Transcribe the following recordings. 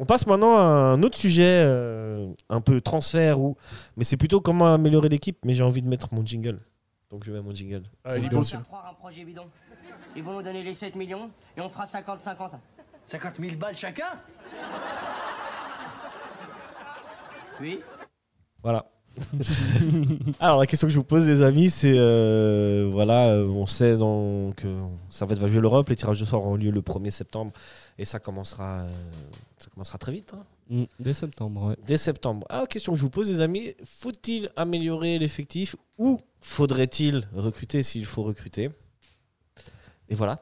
On passe maintenant à un autre sujet, euh, un peu transfert, ou... mais c'est plutôt comment améliorer l'équipe, mais j'ai envie de mettre mon jingle. Donc je mets mon jingle. Allez, Ils dis vont nous continue. faire croire un projet bidon. Ils vont nous donner les 7 millions et on fera 50-50. 50 000 balles chacun Oui Voilà. Alors la question que je vous pose les amis, c'est euh, voilà, euh, on sait donc que Servette va jouer l'Europe, les tirages de sort auront lieu le 1er septembre et ça commencera, euh, ça commencera très vite. hein. Mm, Dès septembre, ouais. Dès septembre. Ah, question que je vous pose, les amis. Faut-il améliorer l'effectif ou faudrait-il recruter s'il faut recruter Et voilà.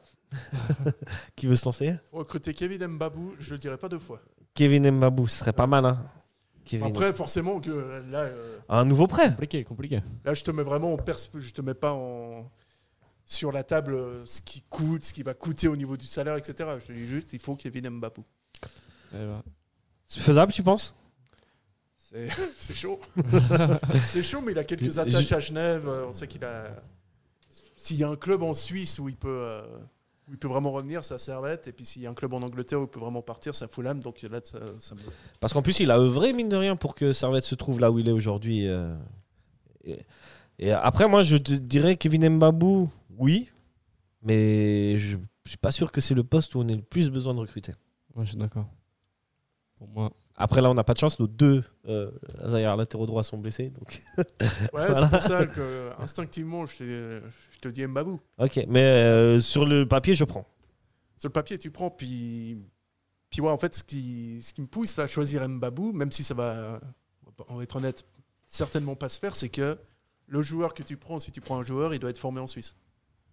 Qui veut se lancer Faut recruter Kevin Mbabou, je le dirai pas deux fois. Kevin Mbabou, ce serait pas mal. Hein Kevin. Après, forcément, que là, euh, Un nouveau prêt Compliqué, compliqué. là, je te mets vraiment en perspe- je te mets pas en sur la table euh, ce qui coûte, ce qui va coûter au niveau du salaire, etc. Je te dis juste, il faut Kevin Mbabou. Eh ben, C'est faisable, tu penses C'est c'est chaud. c'est chaud, mais il a quelques attaches à Genève. euh, On sait qu'il a. S'il y a un club en Suisse où il peut, euh, où il peut vraiment revenir, c'est à Servette. Et puis s'il y a un club en Angleterre où il peut vraiment partir, c'est à Fulham. Donc là, ça, ça me- Parce qu'en plus, il a œuvré, mine de rien, pour que Servette se trouve là où il est aujourd'hui. euh. Et, et après, moi, je te dirais Kevin Mbabou, oui, mais je suis pas sûr que c'est le poste où on ait le plus besoin de recruter. moi, je suis d'accord. Pour moi, Après, là, on n'a pas de chance. Nos deux euh, arrières latéraux droits sont blessés. Donc... Ouais, c'est pour ça que euh, instinctivement, je, t'ai- je te dis Mbabou. Ok, mais euh, sur le papier, je prends. Sur le papier, tu prends. Puis, puis ouais, en fait, ce qui, ce qui me pousse à choisir Mbabou, même si ça va, on va être honnête, certainement pas se faire, c'est que le joueur que tu prends, si tu prends un joueur, il doit être formé en Suisse.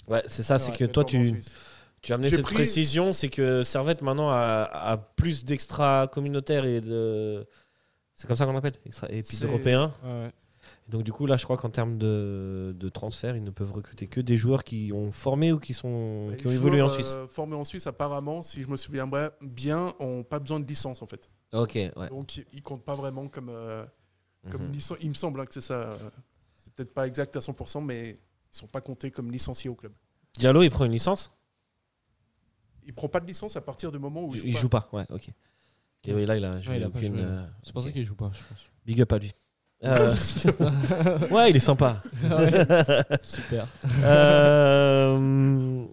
Ouais, c'est ça, Ah, c'est Ouais, que toi, formé en tu, Suisse. tu as amené J'ai cette pris- précision, c'est que Servette, maintenant, a, a plus d'extra communautaires et de. C'est comme ça qu'on l'appelle extra- Et puis C'est- d'Européens. ouais, ouais. Donc, du coup, là, je crois qu'en termes de, de transfert, ils ne peuvent recruter que des joueurs qui ont formé ou qui, sont, Les qui ont évolué en joueurs, Suisse. Bah, euh, formés en Suisse, apparemment, si je me souviens bra- bien, ont pas besoin de licence en fait. Ok, ouais. Mhm. Donc ils comptent pas vraiment comme, euh, Mhm. comme licence. Il me semble hein, que c'est ça. euh, C'est peut-être pas exact à 100%, mais ils sont pas comptés comme licenciés au club. Diallo, il prend une licence Il prend pas de licence à partir du moment où Il il, joue, pas. Ouais, ok. Et oui, là, il a, joué il a pas aucune. joué. euh, C'est pour ça ok. qu'il joue pas, je pense. Big up à lui. Euh, ouais, il est sympa. Super. Euh,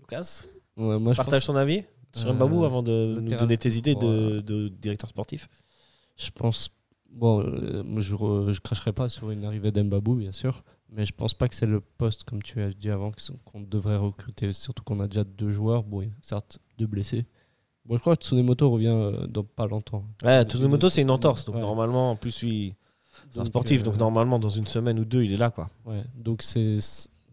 Lucas, Ouais, moi, je partage pense, ton avis sur Euh, Mbabou avant de le nous terrain. donner tes idées de, Ouais. de directeur sportif. je pense. Bon, euh, moi, je, re- je cracherai pas sur une arrivée d'Embabou, bien sûr. Mais je pense pas que c'est le poste, comme tu as dit avant, que c'est- qu'on devrait recruter. Surtout qu'on a déjà deux joueurs. Bon, il y a certes, deux blessés. Bon, je crois que Tsunemoto revient euh, dans pas longtemps. Ouais, Tsunemoto, c'est une entorse. Donc, Ouais. normalement, en plus, lui, c'est un Donc, sportif. euh, donc, normalement, dans une semaine ou deux, il est là. quoi. Ouais, donc c'est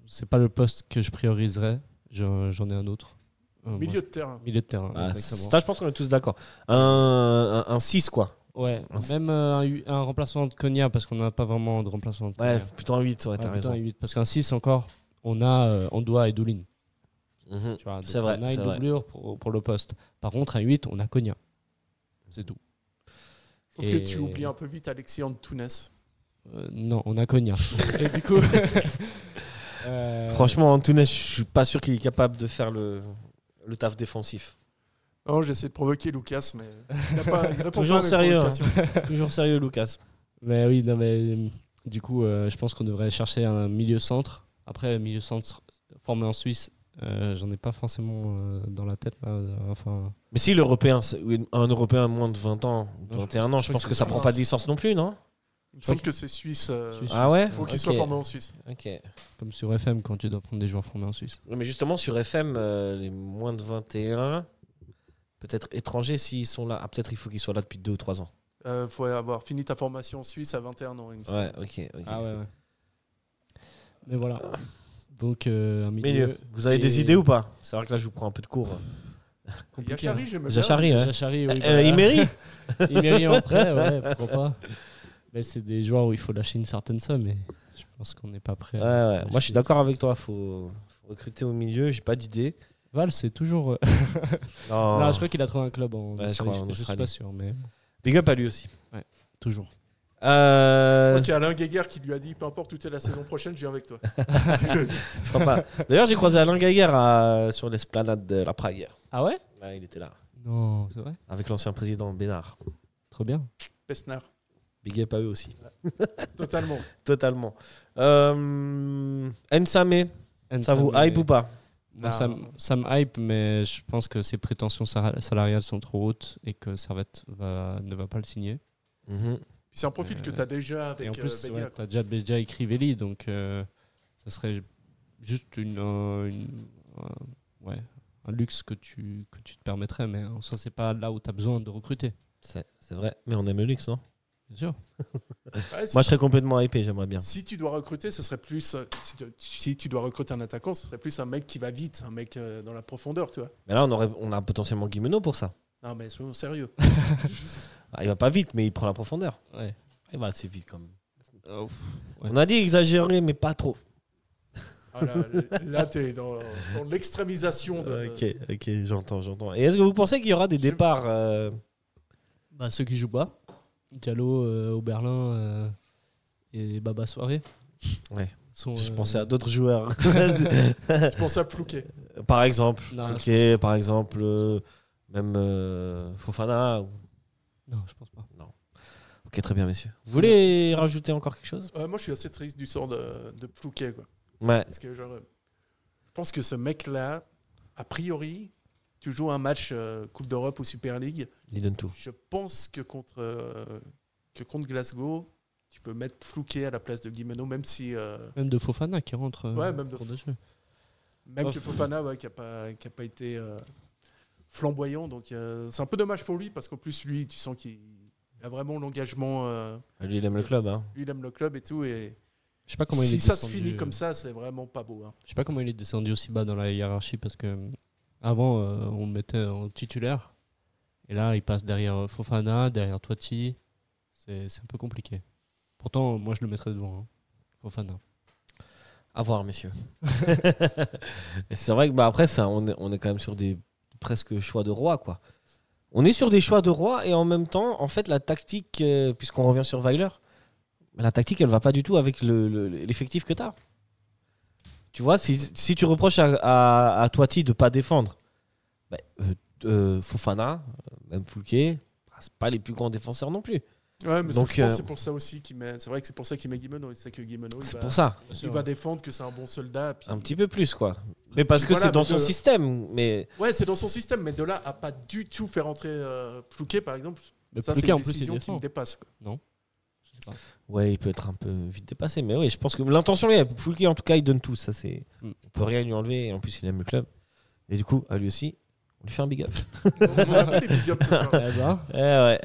c'est pas le poste que je prioriserais. J'en j'en ai un autre. Euh, moi, milieu de terrain. je- milieu de terrain. Ah, exactement. ça, je pense qu'on est tous d'accord. Un, un, 6, quoi. Ouais, Un- même euh, un, U- un remplacement de Konya parce qu'on n'a pas vraiment de remplacement de Ouais, Konya. plutôt un 8, ouais, Ouais, t'as plutôt raison. un 8, parce qu'un 6 encore, on a euh, Ondoa et Doulin. Mhm. tu vois. Donc C'est vrai, On a c'est une vrai. doublure pour, pour le poste. Par contre, un 8, on a Konya. C'est tout. Je trouve Et- que tu oublies un peu vite Alexis Antunes. Euh, non, on a Konya. et du coup. euh, Franchement, Antunes, je suis pas sûr qu'il est capable de faire le, le taf défensif. Non, Oh, j'essaie de provoquer Lucas, mais il, a pas, il répond Toujours pas à mes sérieux, hein. provocations. Toujours sérieux, Lucas. Mais oui, non, mais euh, du coup, euh, je pense qu'on devrait chercher un milieu centre. Après, milieu centre formé en Suisse, euh, j'en ai pas forcément euh, dans la tête. là, euh, enfin, Mais si l'Européen, c'est- oui, un Européen à moins de 20 ans, ou de Non, je 21 pense- ans, je je crois pense que que ça c'est prend ça. pas de licence non plus, non Il me semble que c'est Suisse. euh, Suisse. Ah ouais Il faut qu'il Ok. soit formé en Suisse. Ok. comme sur FM, quand tu dois prendre des joueurs formés en Suisse. Non, Mais justement, sur FM, euh, les moins de 21, peut-être étrangers s'ils sont là. Ah, peut-être il faut qu'ils soient là depuis 2 ou 3 ans. Il Euh, faut avoir fini ta formation en Suisse à 21 ans. il me semble. Ouais, ok. ok. Ah ouais. Mais voilà. Donc, euh, un milieu. Milieu. Vous avez des Et- idées ou pas C'est vrai que là, je vous prends un peu de cours. Il y a hein. Chari, j'aime bien. Jachari, ouais. Jachari, oui, Euh, voilà. Imeri Imeri en prêt, ouais, pourquoi pas. Mais c'est des joueurs où il faut lâcher une certaine somme, et je pense qu'on n'est pas prêt. Ouais, à ouais. lâcher Moi, je suis une d'accord certaine avec toi. somme. Faut faut recruter au milieu. J'ai pas d'idée. Val, c'est toujours. euh, Non. Non, je crois qu'il a trouvé un club en Oh. Ouais, je Australie. crois, Je, en je suis Australie. pas sûr, mais Big up à lui aussi. toujours. Je Euh, crois qu'il y a Alain Guéguerre qui lui a dit peu importe où t'es la saison prochaine, je viens avec toi. je crois pas. D'ailleurs, j'ai croisé Alain Gaillard à- sur euh, l'esplanade de la Prague. hier. Ah ouais Ouais, il était là. Non, c'est vrai avec l'ancien président Bénard. Trop bien. Pesnard, Big up à eux aussi. totalement. Totalement. Euh, Nsame, ça vous hype ou pas Moi, ça, me- ça me hype, mais je pense que ses prétentions sara- salariales sont trop hautes et que Servette va, ne va pas le signer. Mhm, Puis c'est un profil que tu as déjà avec et en plus, euh, ouais, Bedia, quoi. t'as déjà, déjà écrit Véli, donc euh, ça serait juste une, euh, une, euh, ouais, un luxe que tu, que tu te permettrais, mais en soi, c'est pas là où tu as besoin de recruter. C'est c'est vrai, mais on aime le luxe, non Bien sûr. Ouais, si- Moi, je serais complètement hypé, j'aimerais bien. Si tu dois recruter, ce serait plus. euh, Si tu, si tu dois recruter un attaquant, ce serait plus un mec qui va vite, un mec euh, dans la profondeur, tu vois. Mais là, on, aurait, on a potentiellement Guimeno pour ça. Non, mais soyons sérieux. Ah, il va pas vite, mais il prend la profondeur. Ouais. Il va assez vite quand même. Ah, Oh, Ouais. On a dit exagéré, mais pas trop. Ah, là, là, t'es dans, dans l'extrémisation. De... Euh, Ok, ok, j'entends, j'entends. Et est-ce que vous pensez qu'il y aura des départs euh, Bah, ceux qui jouent pas, Diallo, euh, Oberlin euh, et Baba Soirée. Ouais. Sont, Je euh, pensais à d'autres joueurs. Tu penses à Plouquet. par exemple, Non, ok, par exemple, euh, même euh, Fofana. ou- Non, je pense pas. Ok, très bien, messieurs. Vous voulez rajouter encore quelque chose Euh, moi, je suis assez triste du sort de, de Plouquet, quoi. Ouais. Parce que, genre, euh, je pense que ce mec-là, a priori, tu joues un match euh, Coupe d'Europe ou Super League. Il donne tout. Je pense que contre, euh, que contre Glasgow, tu peux mettre Plouquet à la place de Guimeno, même si. euh, Même de Fofana qui rentre. euh, Ouais, même de pour des jeux. Même Oh. que Fofana, ouais, qui n'a pas, qui a pas été euh, flamboyant. Donc, euh, c'est un peu dommage pour lui, parce qu'en plus, lui, tu sens qu'il a vraiment l'engagement. euh, Lui, il aime le club. Hein. lui, il aime le club et tout. Et Je sais pas Ah, comment il si est ça se descendu, finit euh, comme ça, c'est vraiment pas beau. hein. Je sais pas comment il est descendu aussi bas dans la hiérarchie parce que euh, avant euh, on le mettait en titulaire et là il passe derrière euh, Fofana, derrière Toiti. C'est c'est un peu compliqué. Pourtant moi je le mettrais devant hein. Fofana. À voir, messieurs. Et c'est vrai que bah, après, ça, on, est, on est quand même sur des presque choix de roi, quoi. On est sur des choix de roi et en même temps, en fait, la tactique, euh, puisqu'on revient sur Weiler, la tactique, elle va pas du tout avec le- le- l'effectif que tu as. Tu vois, si, si tu reproches à, à, à Toiti de pas défendre, bah, euh, euh, Fofana, euh, même Foulquier, bah, c'est pas les plus grands défenseurs non plus. Ouais, mais Donc, c'est- je pense euh, que c'est pour ça aussi qu'il met. C'est vrai que c'est pour ça qu'il met Guimeno. Il sait que Guimeno, il, C'est va, pour ça, il va défendre, que c'est un bon soldat. puis- un petit peu plus, quoi. Mais parce que Voilà, c'est dans mais son de- système, mais Ouais, c'est dans son système, mais de là à pas du tout faire entrer euh, Plouquet, par exemple. Mais ça, c'est Plouquet, une en plus, il décision qui défend. me dépasse. quoi. Je sais pas. Ouais, il peut être un peu vite dépassé, mais oui, je pense que l'intention est là. Foulquier, en tout cas, il donne tout. Ça, c'est, Mm. on peut rien lui enlever. Et en plus, il aime le club. Et du coup, à lui aussi, on lui fait un big up. On a fait des big ups ce soir. Eh ben, Eh ouais.